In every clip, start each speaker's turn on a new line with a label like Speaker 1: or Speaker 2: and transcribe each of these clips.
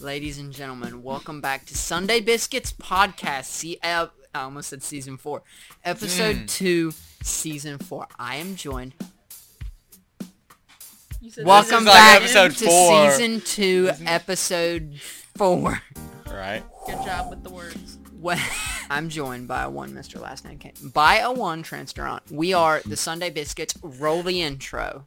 Speaker 1: Ladies and gentlemen, welcome back to Sunday Biscuits podcast. See, uh, I almost said season four, episode
Speaker 2: Hmm.
Speaker 1: two, season four. I am joined.
Speaker 3: You said
Speaker 1: Welcome
Speaker 3: this is-
Speaker 2: like
Speaker 1: back
Speaker 2: episode
Speaker 1: to
Speaker 2: four.
Speaker 1: season two, episode four.
Speaker 2: Right.
Speaker 3: Good job with the words.
Speaker 1: Well, I'm joined by a one, Mr. Last Name Kent. By a one, Transterant. We are the Sunday Biscuits. Roll the intro.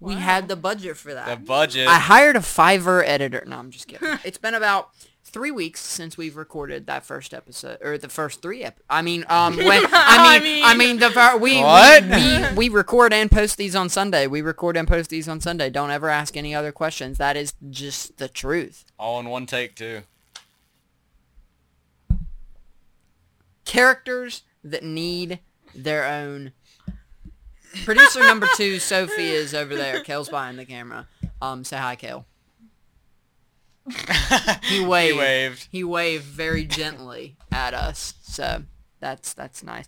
Speaker 1: We had the budget for that.
Speaker 2: The budget.
Speaker 1: I hired a Fiverr editor. No, I'm just kidding. it's been about three weeks since we've recorded that first episode or the first three. Ep- I mean, um, when, I
Speaker 3: I
Speaker 1: mean,
Speaker 3: mean-
Speaker 1: I mean, the fir- we, we-
Speaker 2: What?
Speaker 1: we we record and post these on Sunday. We record and post these on Sunday. Don't ever ask any other questions. That is just the truth.
Speaker 2: All in one take too.
Speaker 1: Characters that need their own. Producer number two, Sophie, is over there. Kale's behind the camera. Um, say hi, Kale. He waved.
Speaker 2: He waved.
Speaker 1: He waved very gently at us. So that's that's nice.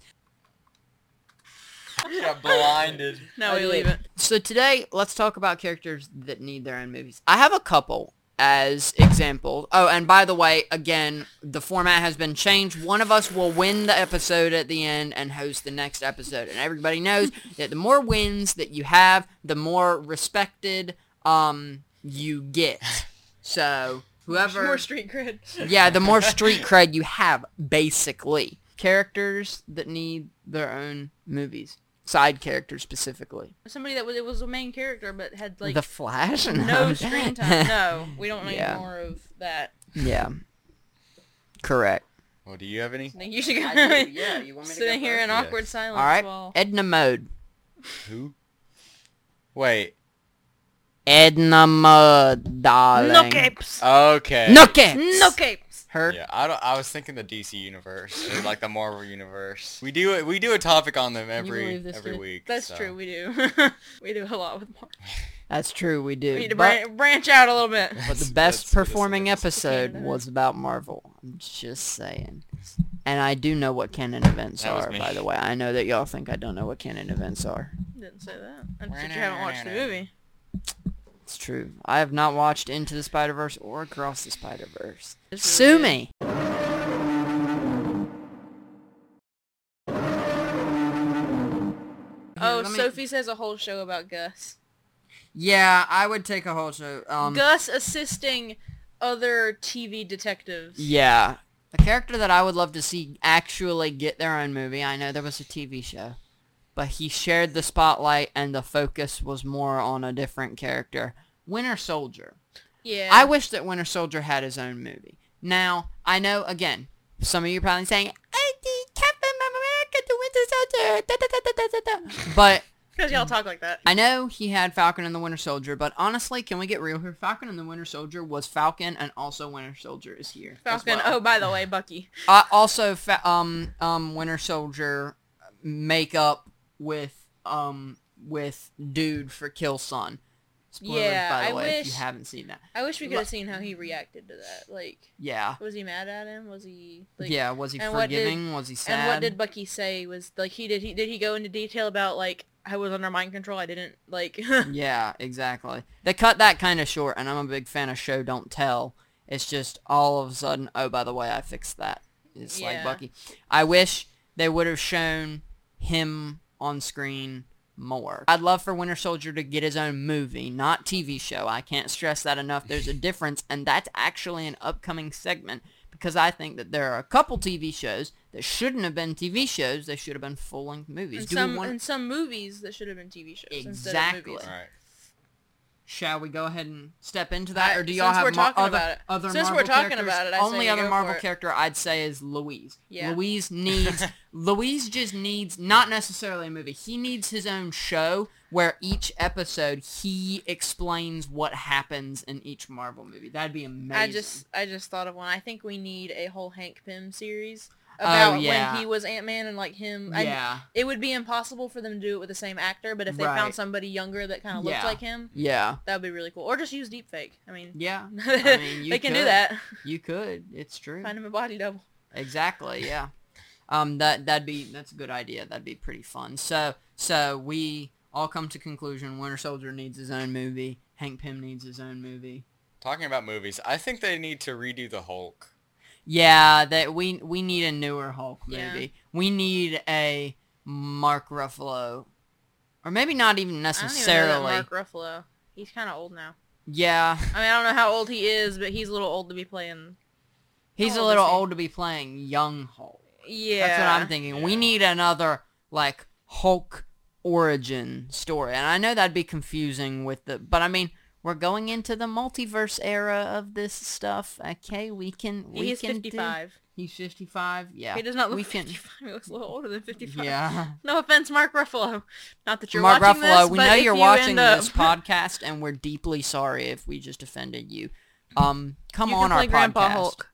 Speaker 2: Got blinded.
Speaker 3: No, we
Speaker 1: Anyway,
Speaker 3: leave it.
Speaker 1: So today, let's talk about characters that need their own movies. I have a couple as examples. Oh, and by the way, again, the format has been changed. One of us will win the episode at the end and host the next episode. And everybody knows that the more wins that you have, the more respected um you get. So whoever
Speaker 3: More street cred.
Speaker 1: yeah, the more street cred you have, basically. Characters that need their own movies. Side characters specifically.
Speaker 3: Somebody that was it was a main character but had like
Speaker 1: the Flash?
Speaker 3: no screen time. No, we don't need
Speaker 1: Yeah.
Speaker 3: more of that.
Speaker 1: yeah. Correct.
Speaker 2: Well, do you have any?
Speaker 3: I think you should go.
Speaker 1: I do, yeah, you want me to
Speaker 3: sitting
Speaker 1: go
Speaker 3: here in
Speaker 1: first?
Speaker 3: awkward
Speaker 2: Yes.
Speaker 3: silence.
Speaker 1: All right.
Speaker 3: While...
Speaker 1: Edna Mode.
Speaker 2: Who? Wait.
Speaker 1: Edna Mode, darling.
Speaker 3: No capes.
Speaker 1: Oh.
Speaker 2: Okay.
Speaker 1: No caps.
Speaker 3: No capes.
Speaker 1: Her.
Speaker 2: Yeah, I don't. I was thinking the DC universe, or like the Marvel universe. We do we do a topic on them
Speaker 3: Can you
Speaker 2: every
Speaker 3: believe this,
Speaker 2: every
Speaker 3: dude?
Speaker 2: week.
Speaker 3: That's
Speaker 2: so.
Speaker 3: true. We do. we do a lot with more.
Speaker 1: That's true, we do.
Speaker 3: We need to
Speaker 1: but,
Speaker 3: bran- branch out a little bit.
Speaker 1: but the
Speaker 2: That's-
Speaker 1: best
Speaker 2: that's- that's-
Speaker 1: performing
Speaker 2: that's-
Speaker 1: episode
Speaker 3: Canada.
Speaker 1: was about Marvel. I'm just saying. And I do know what canon events
Speaker 2: That was
Speaker 1: are,
Speaker 2: me.
Speaker 1: by the way. I know that y'all think I don't know what canon events are.
Speaker 3: Didn't say that. I just said you haven't watched the movie.
Speaker 1: It's true. I have not watched Into the Spider Verse or Across the Spider Verse.
Speaker 3: It's really
Speaker 1: Sue
Speaker 3: good.
Speaker 1: me.
Speaker 3: Oh,
Speaker 1: let me-
Speaker 3: Sophie says a whole show about Gus.
Speaker 1: Yeah, I would take a whole show. Um,
Speaker 3: Gus assisting other TV detectives.
Speaker 1: yeah, a character that I would love to see actually get their own movie. I know there was a TV show, but he shared the spotlight and the focus was more on a different character. Winter Soldier.
Speaker 3: Yeah.
Speaker 1: I wish that Winter Soldier had his own movie. Now, I know, again, some of you are probably saying, I need Captain America the Winter Soldier. Da, da, da, da, da, da, da. But
Speaker 3: Because y'all talk like that.
Speaker 1: I know he had Falcon and the Winter Soldier, but honestly, can we get real here? Falcon and the Winter Soldier was Falcon, and also Winter Soldier is here. as
Speaker 3: Falcon.
Speaker 1: well.
Speaker 3: Oh, by the way, Bucky.
Speaker 1: Uh, also, fa- um, um, Winter Soldier makeup with um with dude for Kill Son. Spoilers,
Speaker 3: Yeah,
Speaker 1: by the
Speaker 3: I
Speaker 1: way, if you
Speaker 3: wish-
Speaker 1: haven't seen that.
Speaker 3: I wish we could
Speaker 1: Lo-
Speaker 3: have seen how he reacted to that. Like,
Speaker 1: Yeah,
Speaker 3: was he mad at him? Was he? Like,
Speaker 1: yeah. Was he
Speaker 3: and what did-
Speaker 1: forgiving? was he sad?
Speaker 3: And what did Bucky say? Was like he did he did he go into detail about like I was under mind control. I didn't like.
Speaker 1: yeah, exactly. They cut that kind of short, and I'm a big fan of show don't tell. It's just all of a sudden, oh, by the way, I fixed that. It's like
Speaker 3: Yeah.
Speaker 1: Bucky. I wish they would have shown him on screen more. I'd love for Winter Soldier to get his own movie, not TV show. I can't stress that enough. There's a difference, and that's actually an upcoming segment because I think that there are a couple TV shows that shouldn't have been TV shows. They should have been full-length movies.
Speaker 3: in
Speaker 1: Do we
Speaker 3: some
Speaker 1: want-
Speaker 3: in some movies that should have been TV shows instead of
Speaker 1: Exactly.
Speaker 3: movies.
Speaker 2: All right.
Speaker 1: Shall we go ahead and step into that,
Speaker 3: I-
Speaker 1: or do y'all
Speaker 3: since
Speaker 1: have
Speaker 3: we're
Speaker 1: mo-
Speaker 3: talking
Speaker 1: other,
Speaker 3: about it-
Speaker 1: other
Speaker 3: since
Speaker 1: Marvel
Speaker 3: we're talking
Speaker 1: characters?
Speaker 3: about it, I say
Speaker 1: Only
Speaker 3: we
Speaker 1: other
Speaker 3: go
Speaker 1: Marvel
Speaker 3: for it.
Speaker 1: character I'd say is Louise.
Speaker 3: Yeah.
Speaker 1: Louise needs Louise just needs not necessarily a movie. He needs his own show where each episode he explains what happens in each Marvel movie. That'd be amazing.
Speaker 3: I just I just thought of one. I think we need a whole Hank Pym series
Speaker 1: Oh,
Speaker 3: about
Speaker 1: yeah.
Speaker 3: when he was Ant Man and like him. I-
Speaker 1: yeah,
Speaker 3: it would be impossible for them to do it with the same actor, but if they
Speaker 1: Right.
Speaker 3: found somebody younger that kind of looked
Speaker 1: Yeah.
Speaker 3: like him,
Speaker 1: yeah,
Speaker 3: that would be really cool. Or just use deepfake. I mean,
Speaker 1: yeah. I mean, you
Speaker 3: they can do
Speaker 1: could.
Speaker 3: that.
Speaker 1: You could. It's true.
Speaker 3: Find him a body double.
Speaker 1: Exactly. Yeah. Um. That that'd be that's a good idea. That'd be pretty fun. So so we all come to conclusion. Winter Soldier needs his own movie. Hank Pym needs his own movie.
Speaker 2: Talking about movies, I think they need to redo the Hulk.
Speaker 1: Yeah, that we we need a newer Hulk movie.
Speaker 3: Yeah.
Speaker 1: We need a Mark Ruffalo, or maybe not even
Speaker 3: I don't
Speaker 1: necessarily.
Speaker 3: even know that Mark Ruffalo. He's kind of old now.
Speaker 1: yeah,
Speaker 3: I mean, I don't know how old he is, but he's a little old to be playing.
Speaker 1: he's
Speaker 3: How
Speaker 1: a
Speaker 3: old
Speaker 1: little
Speaker 3: is he?
Speaker 1: old to be playing young Hulk.
Speaker 3: Yeah.
Speaker 1: That's what I'm thinking. We
Speaker 2: Yeah.
Speaker 1: need another like Hulk origin story, and I know that'd be confusing with the, but I mean. We're going into the multiverse era of this stuff. Okay, we can. We
Speaker 3: He is
Speaker 1: can do-
Speaker 3: 55.
Speaker 1: He's 55. Yeah.
Speaker 3: He does not look
Speaker 1: we can-
Speaker 3: 55. He looks a little older than 55.
Speaker 1: Yeah.
Speaker 3: No offense, Mark Ruffalo. Not that you're
Speaker 1: Mark
Speaker 3: watching
Speaker 1: Ruffalo,
Speaker 3: this,
Speaker 1: we
Speaker 3: but
Speaker 1: know
Speaker 3: if
Speaker 1: you're
Speaker 3: you
Speaker 1: watching
Speaker 3: end up,
Speaker 1: this podcast, and we're deeply sorry if we just offended you. Um, come
Speaker 3: you
Speaker 1: on
Speaker 3: can
Speaker 1: our
Speaker 3: play Grandpa
Speaker 1: podcast.
Speaker 3: Hulk.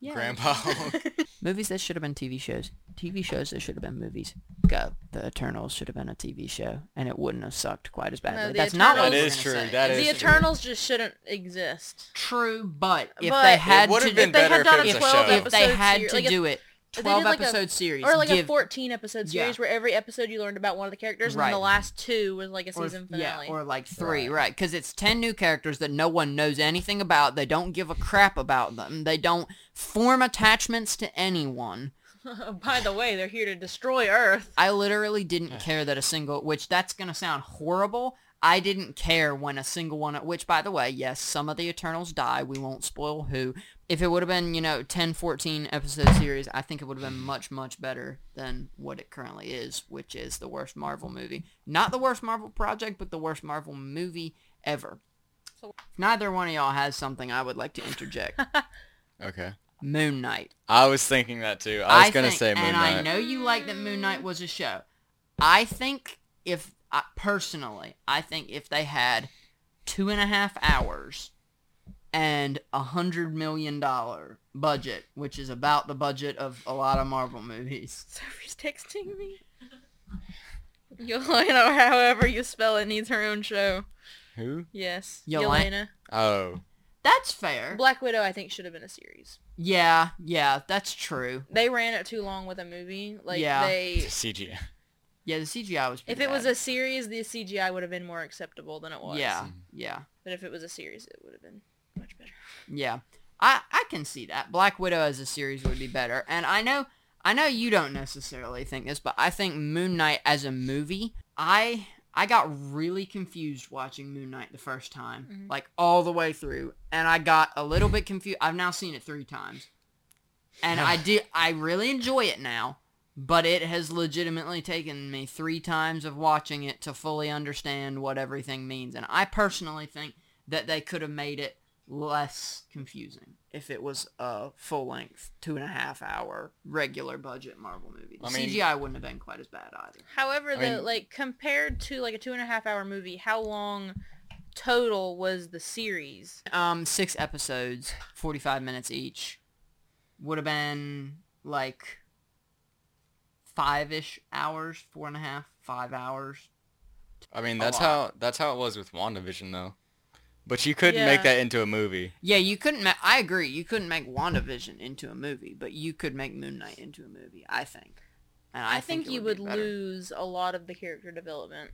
Speaker 1: Yeah.
Speaker 2: Grandpa Hulk.
Speaker 1: movies that should have been TV shows. TV shows that should have been movies. Go. The Eternals should have been a TV show, and it wouldn't have sucked quite as badly.
Speaker 3: The
Speaker 1: That's not what
Speaker 3: Eternals-
Speaker 1: we
Speaker 3: That
Speaker 1: were
Speaker 2: is
Speaker 1: gonna
Speaker 2: true.
Speaker 1: Say.
Speaker 2: That
Speaker 3: the
Speaker 2: is true.
Speaker 3: Eternals just shouldn't exist.
Speaker 1: true, but if
Speaker 3: But
Speaker 1: they
Speaker 3: it
Speaker 1: had
Speaker 2: would've
Speaker 1: to,
Speaker 2: been
Speaker 1: if
Speaker 3: they
Speaker 1: they,
Speaker 2: better
Speaker 3: had
Speaker 2: if
Speaker 3: done
Speaker 2: it was
Speaker 3: a
Speaker 2: a
Speaker 3: 12
Speaker 2: show.
Speaker 1: if
Speaker 3: episode
Speaker 1: they had
Speaker 3: series,
Speaker 1: to
Speaker 3: like a-
Speaker 1: do it,
Speaker 3: did
Speaker 1: twelve
Speaker 3: like a-
Speaker 1: episode series,
Speaker 3: or like
Speaker 1: give,
Speaker 3: a 14 episode
Speaker 1: Yeah.
Speaker 3: series where every episode you learned about one of the characters and
Speaker 1: Right.
Speaker 3: then the last two was like a
Speaker 1: or,
Speaker 3: season
Speaker 1: yeah,
Speaker 3: finale.
Speaker 1: or like three, right? Because it's ten new characters that no one knows anything about. They don't give a crap about them. They don't form attachments to anyone.
Speaker 3: By the way, they're here to destroy Earth.
Speaker 1: I literally didn't care that a single, which that's gonna sound horrible. I didn't care when a single one, which by the way, yes, some of the Eternals die. We won't spoil who. If it would have been, you know, 10, 14 episode series, I think it would have been much, much better than what it currently is, which is the worst Marvel movie. Not the worst Marvel project, but the worst Marvel movie ever.
Speaker 3: So-
Speaker 1: If neither one of y'all has something I would like to interject.
Speaker 2: Okay.
Speaker 1: Moon Knight.
Speaker 2: I was thinking that too. I was gonna
Speaker 1: think-
Speaker 2: say Moon
Speaker 1: and
Speaker 2: Knight.
Speaker 1: I know you like that Moon Knight was a show. I think if I, personally, I think if they had two and a half hours and a hundred million dollar budget, which is about the budget of a lot of Marvel movies,
Speaker 3: Sophie's texting me. Yelena, or however you spell it, needs her own show.
Speaker 2: Who?
Speaker 3: Yes.
Speaker 1: Yelena?
Speaker 3: Yelena.
Speaker 2: Oh,
Speaker 1: that's fair.
Speaker 3: Black Widow, I think, should have been a series.
Speaker 1: yeah, yeah, that's true.
Speaker 3: They ran it too long with a movie. Like
Speaker 1: Yeah.
Speaker 3: they,
Speaker 2: CG.
Speaker 1: Yeah, the CGI was.
Speaker 3: if
Speaker 1: pretty
Speaker 3: it was
Speaker 1: bad.
Speaker 3: a series, the CGI would have been more acceptable than it was.
Speaker 1: yeah, yeah.
Speaker 3: But if it was a series, it would have been much better.
Speaker 1: Yeah, I I can see that Black Widow as a series would be better, and I know I know you don't necessarily think this, but I think Moon Knight as a movie, I I got really confused watching Moon Knight the first time,
Speaker 3: Mhm.
Speaker 1: like all the way through, and I got a little bit confused. I've now seen it three times, and I do I really enjoy it now. But it has legitimately taken me three times of watching it to fully understand what everything means. And I personally think that they could have made it less confusing if it was a full length two and a half hour regular budget Marvel movie. The
Speaker 2: I mean-
Speaker 1: CGI wouldn't have been quite as bad either.
Speaker 3: However,
Speaker 2: I
Speaker 3: though,
Speaker 2: mean-
Speaker 3: like compared to like a two and a half hour movie, how long total was the series?
Speaker 1: Um, six episodes, forty five minutes each, would have been like five ish hours, four and a half, five hours.
Speaker 2: I mean, that's
Speaker 1: lot.
Speaker 2: how that's how it was with WandaVision though. But you couldn't make
Speaker 3: Yeah.
Speaker 2: that into a movie.
Speaker 1: Yeah, you couldn't. Ma- I agree. You couldn't make WandaVision into a movie, but you could make Moon Knight into a movie. I think. And
Speaker 3: I, think,
Speaker 1: it
Speaker 3: you
Speaker 1: would
Speaker 3: would
Speaker 1: be better.
Speaker 3: lose a lot of the character development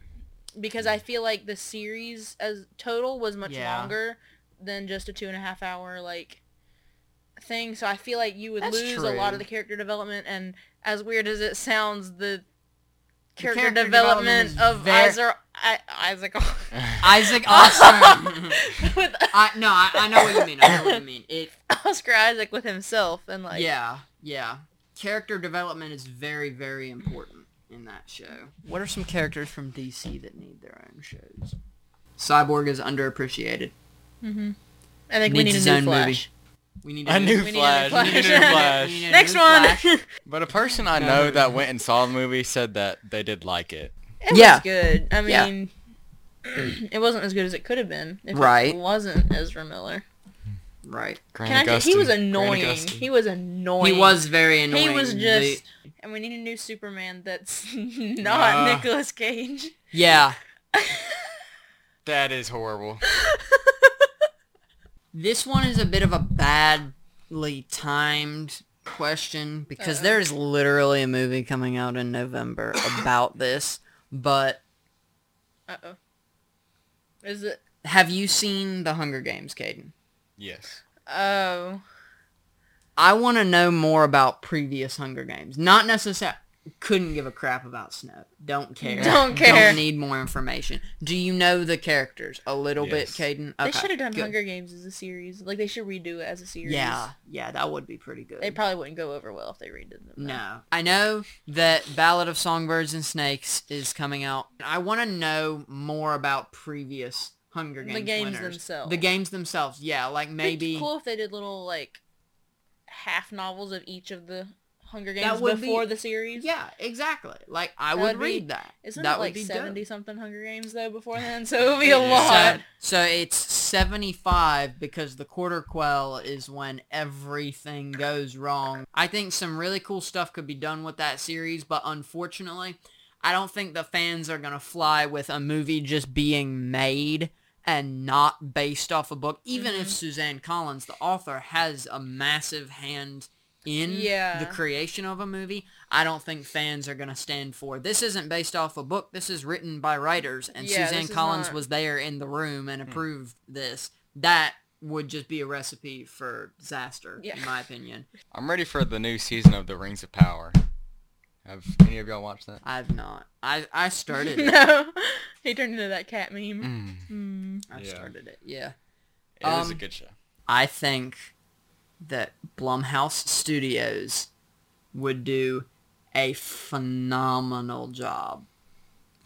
Speaker 3: because I feel like the series as total was much
Speaker 1: Hmm. Yeah.
Speaker 3: longer than just a two and a half hour like thing. So I feel like you would
Speaker 1: That's
Speaker 3: lose a lot
Speaker 1: true.
Speaker 3: of the character development. And as weird as it sounds, the character,
Speaker 1: character development
Speaker 3: development,
Speaker 1: is
Speaker 3: of
Speaker 1: ver-
Speaker 3: Isaac I- Isaac
Speaker 1: Isaac Austin.
Speaker 3: with
Speaker 1: I no, I, I know what you mean. I know what you mean. It
Speaker 3: Oscar Isaac with himself and like
Speaker 1: yeah, yeah. Character development is very, very important in that show. What are some characters from DC that need their own shows? Cyborg is underappreciated.
Speaker 3: I think we
Speaker 1: Needs
Speaker 3: need
Speaker 1: his
Speaker 3: a
Speaker 1: own
Speaker 3: new Flash.
Speaker 1: We need
Speaker 2: A new
Speaker 3: We need a
Speaker 2: Flash.
Speaker 3: new
Speaker 2: We need
Speaker 1: We
Speaker 3: Flash.
Speaker 2: a new Flash.
Speaker 1: need a
Speaker 3: Next
Speaker 1: new
Speaker 3: one.
Speaker 1: Flash.
Speaker 3: it
Speaker 2: But a person I know that went and saw the movie said that they did like it.
Speaker 1: Yeah.
Speaker 3: was good. I
Speaker 1: Yeah.
Speaker 3: mean, it wasn't as good as it could have been if
Speaker 1: Right.
Speaker 3: it wasn't Ezra Miller.
Speaker 1: Right.
Speaker 3: Can I just, he was annoying. He
Speaker 2: He,
Speaker 3: was annoying.
Speaker 1: He was very annoying.
Speaker 3: He was
Speaker 1: The-
Speaker 3: just, and we need a new Superman that's
Speaker 2: Nah.
Speaker 3: not Nicolas Cage.
Speaker 1: yeah.
Speaker 2: that is horrible.
Speaker 1: This one is a bit of a badly timed question because
Speaker 3: Uh-oh.
Speaker 1: there is literally a movie coming out in November about this, but
Speaker 3: Uh oh. Is it?
Speaker 1: Have you seen The Hunger Games, Caden?
Speaker 2: Yes.
Speaker 3: Oh.
Speaker 1: I want to know more about previous Hunger Games. Not necessarily. Couldn't give a crap about Snow. Don't care.
Speaker 3: Don't care.
Speaker 1: Don't need more information. Do you know the characters a little
Speaker 2: Yes.
Speaker 1: bit, Caden?
Speaker 3: they should have done
Speaker 1: good.
Speaker 3: Hunger Games as a series. Like they should redo it as a series.
Speaker 1: Yeah, yeah, that would be pretty good.
Speaker 3: They probably wouldn't go over well if they redid them. though.
Speaker 1: No. I know that Ballad of Songbirds and Snakes is coming out. I want to know more about previous Hunger
Speaker 3: The
Speaker 1: Games
Speaker 3: games
Speaker 1: winners.
Speaker 3: themselves.
Speaker 1: The games themselves, yeah. Like
Speaker 3: It'd be
Speaker 1: maybe
Speaker 3: cool if they did little like half novels of each of the Hunger
Speaker 1: That
Speaker 3: Games
Speaker 1: would be-
Speaker 3: before the series.
Speaker 1: Yeah, exactly. Like I
Speaker 3: That
Speaker 1: would
Speaker 3: would be-
Speaker 1: read that.
Speaker 3: Isn't
Speaker 1: that
Speaker 3: it like
Speaker 1: would be
Speaker 3: seventy
Speaker 1: good.
Speaker 3: something Hunger Games though before then? So it would be a
Speaker 2: Yeah.
Speaker 3: lot.
Speaker 1: So, so it's 75 because the quarter quell is when everything goes wrong. I think some really cool stuff could be done with that series, but unfortunately, I don't think the fans are going to fly with a movie just being made and not based off a book, even if
Speaker 3: Mhm.
Speaker 1: Suzanne Collins, the author, has a massive hand in the
Speaker 3: Yeah.
Speaker 1: creation of a movie. I don't think fans are going to stand for. This isn't based off a book. This is written by writers and
Speaker 3: Yeah,
Speaker 1: Suzanne
Speaker 3: this is
Speaker 1: Collins
Speaker 3: not-
Speaker 1: was there in the room and approved this, that would just be a recipe for disaster, in
Speaker 3: Yeah.
Speaker 1: my opinion.
Speaker 2: I'm ready for the new season of The Rings of Power. Have any of y'all watched that?
Speaker 1: I've not. I I started it.
Speaker 3: no, he turned into that cat meme.
Speaker 2: Mm.
Speaker 3: Hmm.
Speaker 1: I
Speaker 2: Yeah.
Speaker 1: started it. Yeah.
Speaker 2: It was a
Speaker 1: Um,
Speaker 2: good show.
Speaker 1: I think that Blumhouse Studios would do a phenomenal job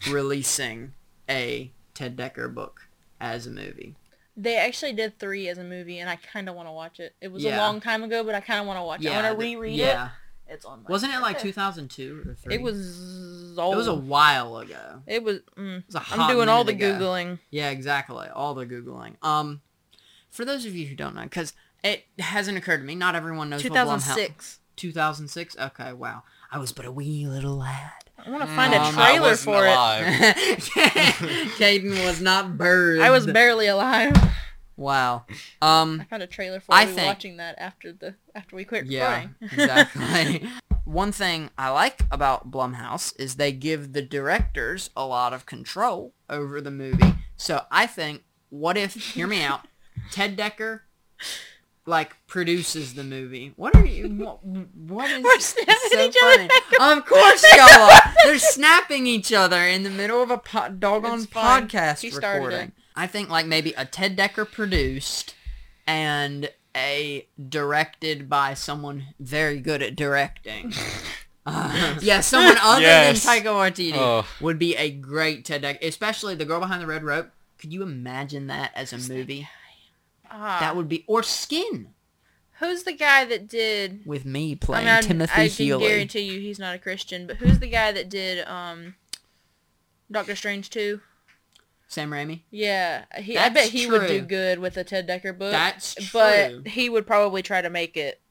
Speaker 1: releasing a Ted Decker book as a movie.
Speaker 3: They actually did three as a movie, and I kind of want to watch it. It was
Speaker 1: Yeah.
Speaker 3: a long time ago, but I kind of want to watch it. I want
Speaker 1: the-
Speaker 3: to reread
Speaker 1: yeah.
Speaker 3: it. It's on. my-
Speaker 1: Wasn't it like 2002 or 3?
Speaker 3: It was
Speaker 1: It
Speaker 3: old.
Speaker 1: was a while ago.
Speaker 3: It was. Mm,
Speaker 1: It was a hot
Speaker 3: I'm doing all the
Speaker 1: minute ago.
Speaker 3: googling.
Speaker 1: Yeah, exactly. All the googling. Um, for those of you who don't know, because it hasn't occurred to me, not everyone knows. What Blumhouse-
Speaker 3: 2006.
Speaker 1: 2006. Okay, wow. I was but a wee little lad.
Speaker 3: I want to find
Speaker 1: Um,
Speaker 3: a
Speaker 2: I
Speaker 3: trailer
Speaker 2: wasn't
Speaker 3: for
Speaker 2: alive.
Speaker 1: Caden was not bird.
Speaker 3: it. I was barely alive.
Speaker 1: Wow.
Speaker 3: I
Speaker 1: Um.
Speaker 3: found a trailer for. it.
Speaker 1: I
Speaker 3: we were
Speaker 1: think-
Speaker 3: watching that after the after we quit
Speaker 1: Yeah.
Speaker 3: recording.
Speaker 1: Exactly. One thing I like about Blumhouse is they give the directors a lot of control over the movie. So I think, what if? Hear me out. Ted Decker like produces the movie. What are you? What, what is
Speaker 3: We're snapping
Speaker 1: it's so
Speaker 3: each other
Speaker 1: funny. Of course y'all are. They're snapping each other in the middle of a po- doggone
Speaker 3: It's fine.
Speaker 1: podcast
Speaker 3: He started it.
Speaker 1: recording. I think like maybe a Ted Decker produced and a directed by someone very good at directing. Uh, yeah, someone other
Speaker 2: Yes.
Speaker 1: than Taika Waititi
Speaker 2: Oh.
Speaker 1: would be a great TED Deck, especially the girl behind the red rope. Could you imagine that as a movie?
Speaker 3: Ah,
Speaker 1: That would be or Skin
Speaker 3: who's the guy that did?
Speaker 1: with me
Speaker 3: I
Speaker 1: playing
Speaker 3: mean, I,
Speaker 1: Timothy
Speaker 3: I can
Speaker 1: Healy.
Speaker 3: guarantee you he's not a Christian. But who's the guy that did um, Doctor Strange two?
Speaker 1: Sam Raimi.
Speaker 3: Yeah, he. I
Speaker 1: That's
Speaker 3: bet he would do
Speaker 1: true.
Speaker 3: good with a Ted Decker book.
Speaker 1: That's true.
Speaker 3: Uh, But he would probably try to make it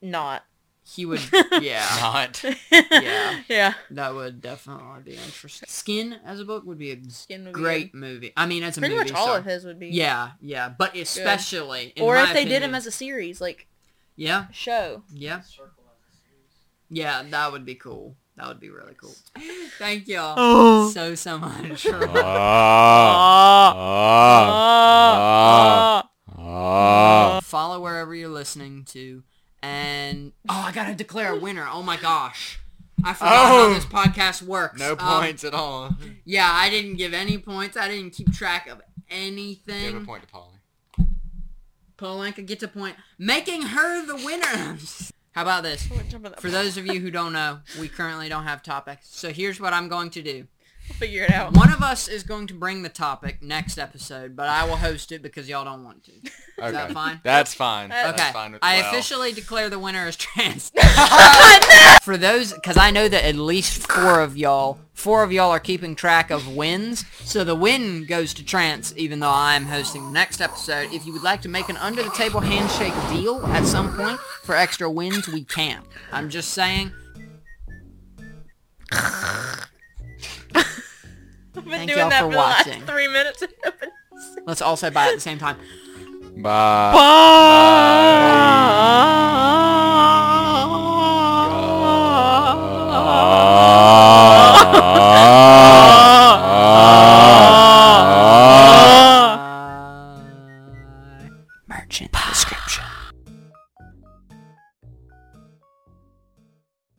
Speaker 3: not.
Speaker 1: he would. Yeah,
Speaker 2: Not.
Speaker 1: Yeah.
Speaker 3: yeah.
Speaker 1: that would definitely be interesting. Skin as a book would be a
Speaker 3: Skin would be
Speaker 1: great movie. I mean, as a
Speaker 3: Pretty
Speaker 1: movie.
Speaker 3: much all
Speaker 1: sorry.
Speaker 3: of his would be.
Speaker 1: Yeah, yeah, but especially in
Speaker 3: Or
Speaker 1: my
Speaker 3: if they did
Speaker 1: opinion-
Speaker 3: him as a series, like
Speaker 1: yeah,
Speaker 3: show.
Speaker 1: yeah, yeah, that would be cool. That would be really cool. Thank y'all
Speaker 2: Oh.
Speaker 1: so so much.
Speaker 3: Ah,
Speaker 1: follow wherever you're listening to and oh i gotta declare a winner oh my gosh i forgot how
Speaker 2: Oh.
Speaker 1: this podcast works
Speaker 2: No
Speaker 1: Um,
Speaker 2: points at all.
Speaker 1: yeah i didn't give any points i didn't keep track of
Speaker 2: Give a
Speaker 1: anything
Speaker 2: point to Polly.
Speaker 1: polanka gets a point making her the winner how about this for those of you who don't know we currently don't have topics so here's what i'm going to do
Speaker 3: figure it out.
Speaker 1: one of us is going to bring the topic next episode but i will host it because y'all don't want to is
Speaker 2: Okay.
Speaker 1: that fine
Speaker 2: That's fine.
Speaker 3: That's
Speaker 1: Okay.
Speaker 2: That's fine with
Speaker 1: I
Speaker 2: well.
Speaker 1: officially declare the winner as trans. For those, because I know that at least four of y'all, four of y'all are keeping track of wins. So the win goes to trans, even though I'm hosting the next episode. If you would like to make an under-the-table handshake deal at some point for extra wins, we can. I'm just saying.
Speaker 3: I've been
Speaker 1: Thank
Speaker 3: doing
Speaker 1: y'all
Speaker 3: that
Speaker 1: for
Speaker 3: for, the last
Speaker 1: watching.
Speaker 3: three minutes.
Speaker 1: Let's all say bye at the same time.
Speaker 2: Bye. Bye.
Speaker 1: Ah. merch in the Ah. description.